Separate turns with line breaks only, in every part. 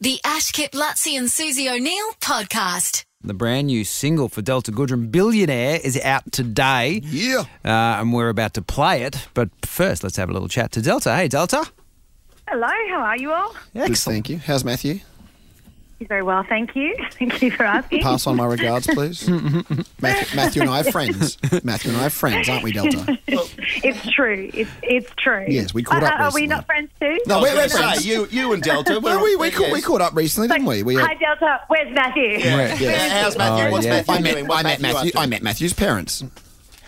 The Ash Kip Lutzi and Susie O'Neill podcast.
The brand new single for Delta Goodrum, Billionaire, is out today.
Yeah.
Uh, and we're about to play it. But first, let's have a little chat to Delta. Hey, Delta.
Hello, how are you all?
Good, thank you. How's Matthew?
He's very well, thank you. Thank you for asking.
Pass on my regards, please. Matthew, Matthew and I are friends. Matthew and I are friends, aren't we, Delta?
It's true. It's it's true. Uh,
Yes, we caught up
Are
recently.
we not friends too?
No,
I
we're, we're
was gonna
friends.
say, you, you and Delta.
No,
we're-
we, we, caught, we
yes.
caught up recently, didn't we? We
Hi
had,
Delta, where's Matthew?
Yeah, How's Matthew?
Oh,
What's
yeah.
Matthew
I met,
doing? What's
I met Matthew.
up to?
I met Matthew's parents.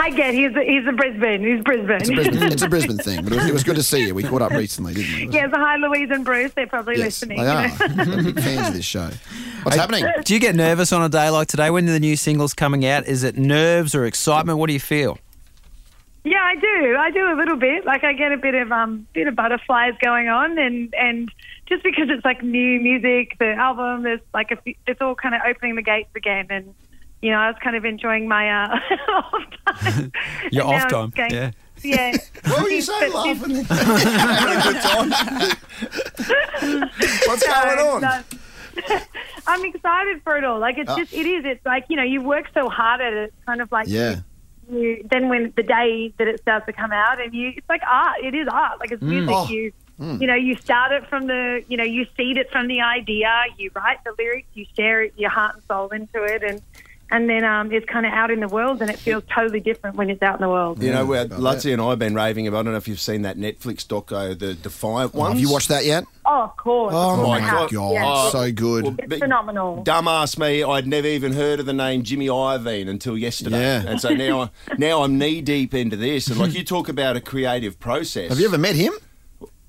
I get he's he's in Brisbane. He's Brisbane.
It's a Brisbane, it's a Brisbane thing, but it was, it was good to see you. We caught up recently, didn't we?
yes, hi Louise and Bruce, they're probably
Yes,
listening.
they are. They're big fans of this show. What's happening?
Do you get nervous on a day like today when the new single's coming out? Is it nerves or excitement? What do you feel?
Yeah, I do. I do a little bit. Like I get a bit of um bit of butterflies going on and and just because it's like new music, the album, there's like a, few- it's all kind of opening the gates again and you know, I was kind of enjoying my uh, off time.
Your
And now
off
it's
time,
going-
yeah.
Yeah.
What were you
It's-
saying,
it's-
laughing? Having a good time? What's going on? Uh.
No. I'm excited for it all. Like it's
Ah.
just it is. It's like you know you work so hard at it. It's kind of like
Yeah.
You, then when the day that it starts to come out and you it's like art. It is art. Like it's
Mm.
music.
Oh.
You you know you start it from the you know you seed it from the idea. You write the lyrics. You share it, your heart and soul into it and. And then um, it's kind of out in the world, and it feels totally different when it's out in the world.
You know,
Oh, Yeah,
where
about
Lutzi and I have been raving about. I don't know if you've seen that Netflix doco, the Defiant one.
Oh, Have you watched that yet?
Oh, of course.
Oh,
my
my
God.
God.
Yeah.
So good.
Well,
It's
but-
phenomenal.
Dumbass me, I'd never even heard of the name Jimmy Iovine until yesterday.
Yeah.
And so now, I, now I'm knee deep into this. And like you talk about a creative process.
Have you ever met him?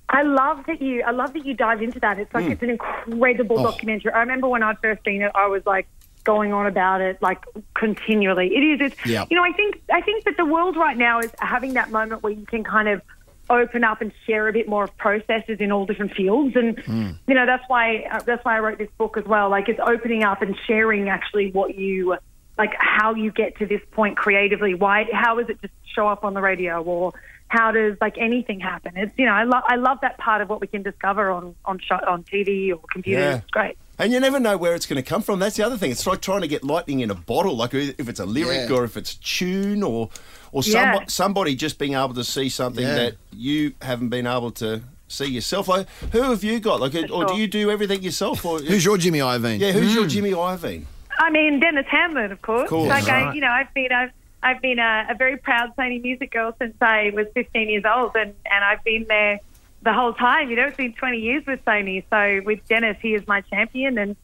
I love that you. I love that you dive into that. It's like
Hmm.
it's an
Oh.
incredible documentary. I remember when I'd first seen it, I was like going on about it like continually. It is. It's.
Yeah.
You know, I think I think that the world right now is having that moment where you can kind of open up and share a bit more of processes in all different fields, and you know that's why uh, that's why I wrote this book as well. Like it's opening up and sharing actually what you like how you get to this point creatively. Why? How is it just show up on the radio or how does like anything happen? It's you know I love I love that part of what we can discover on on shot on TV or computer.
Yeah.
It's great.
And you never know where it's going to come from. That's the other thing. It's like trying to get lightning in a bottle. Like uh, if it's a lyric
Yeah.
or if it's a tune or or
Yeah.
some, somebody just being able to see something
Yeah.
that you haven't been able to see yourself. Like who have you got? Like or do
sure.
you do everything yourself? Or
Who's your Jimmy Iovine?
yeah, who's your Jimmy Iovine?
I mean Dennis Hamlin, of course.
course.
Like I, you know I've been I've I've been a, a very proud Sony music girl since I was 15 years old, and and I've been there the whole time. You know, it's been 20 years with Sony. So with Dennis, he is my champion, and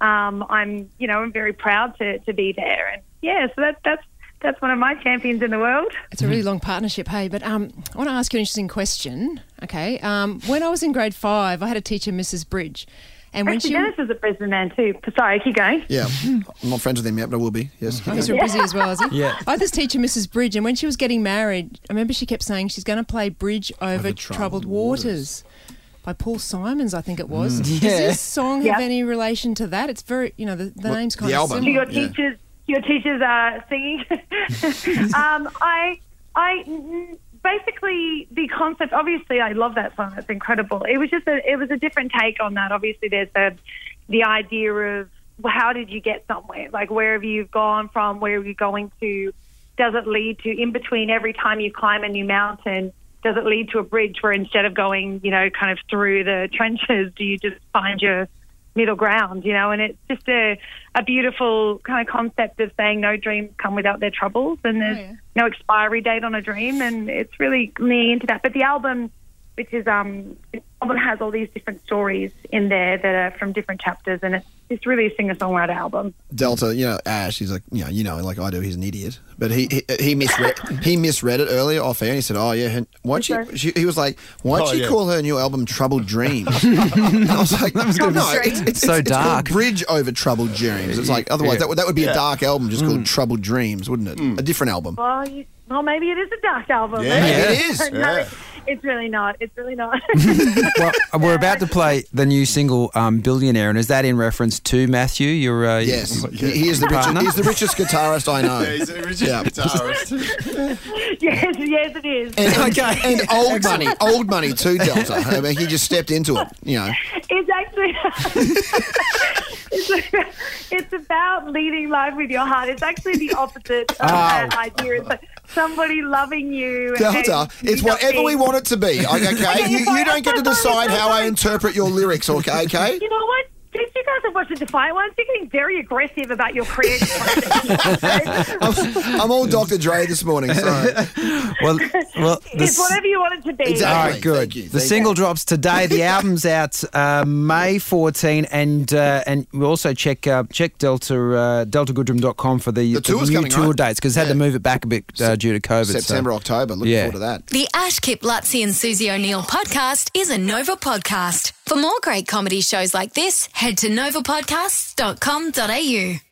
um, I'm you know I'm very proud to to be there. And yeah, so that that's that's one of my champions in the world.
It's a really long partnership, hey. But um, I want to ask you an interesting question. Okay, um, when I was in grade five, I had a teacher, Mrs. Bridge, and when
Actually,
she
Dennis is a Brisbane man too. Sorry, keep going.
Yeah. I'm not friends with him yet, but I will be. Yes.
Oh, he's from Brizzy as well, is he?
Yeah.
I had this teacher, Mrs. Bridge, and when she was getting married, I remember she kept saying she's going to play Bridge over, Troubled Waters. Mm. by Paul Simons, I think it was. Does this song
Yeah.
have any relation to that? It's very, you know, the, the name's kind
the
of
album.
Do
similar.
your
Yeah.
teachers your teachers are singing? um, I I mm, basically the concept. Obviously, I love that song. It's incredible. It was just a it was a different take on that. Obviously, there's the the idea of how did you get somewhere? Like where have you gone from? Where are you going to? Does it lead to in between every time you climb a new mountain? Does it lead to a bridge where instead of going, you know, kind of through the trenches, do you just find your middle ground, you know, and it's just a, a beautiful kind of concept of saying no dreams come without their troubles and there's
Oh, yeah.
no expiry date on a dream and it's really leaning into that. But the album which is um the album has all these different stories in there that are from different chapters and it's it's really a singer songwriter album.
Delta, you know, Ash, he's like, you know, you know, like I do, he's an idiot. But he he, he misread he misread it earlier off air. And he said, "Oh yeah, her- why'd she, she?" He was like, "Why'd
Oh,
she
yeah.
call her new album Troubled Dreams?" and I was like, "That was
gonna be
no,
so-
it's, it's,
So
it's, it's called
dark.
Bridge over Troubled Dreams. It's like otherwise that would that would be a dark album just
Mm.
called Troubled
Mm.
Dreams, wouldn't it? A different album.
Well you well maybe it is a dark album.
Yeah.
It is.
No,
Yeah.
It's really not. It's really not.
well, we're about to play the new single um, "Billionaire," and is that in reference to Matthew? Your uh,
Yes, he, he is the richest,
Partner?
he's the richest guitarist I know.
Yeah, he's a Richard
Yeah.
guitarist.
yes, yes, it is.
And, okay. and old money, old money too, Delta. I mean, he just stepped into it, you know.
It's actually it's, it's about leading life with your heart. It's actually the opposite of
Ah.
that idea. It's like somebody loving you.
Delta,
and
it's
you not
whatever we
being-
want it to be, okay? you,
you're fine,
you don't get to
I'm so sorry,
decide
I'm so
how I
sorry.
interpret your lyrics, okay? okay?
You know what? Since you guys have watched the Defiant ones, you're getting very aggressive about your creative process.
I'm, I'm all Dr. Dre this morning, sorry.
Well, well, the
it's
s-
whatever you want it to be.
Exactly.
All right, good.
Thank you,
the
thank
single drops today. The album's out uh, May 14, and uh, and we also check uh, check Delta uh, deltagoodrum.com for the,
The tour's
new
coming,
tour
right?
dates because had to move it back a bit uh, due to COVID. so-
September, October, looking
Yeah.
forward to that.
The Ashkip Lutzi and Susie O'Neill podcast is a Nova podcast. For more great comedy shows like this, head to novapodcasts.com.au.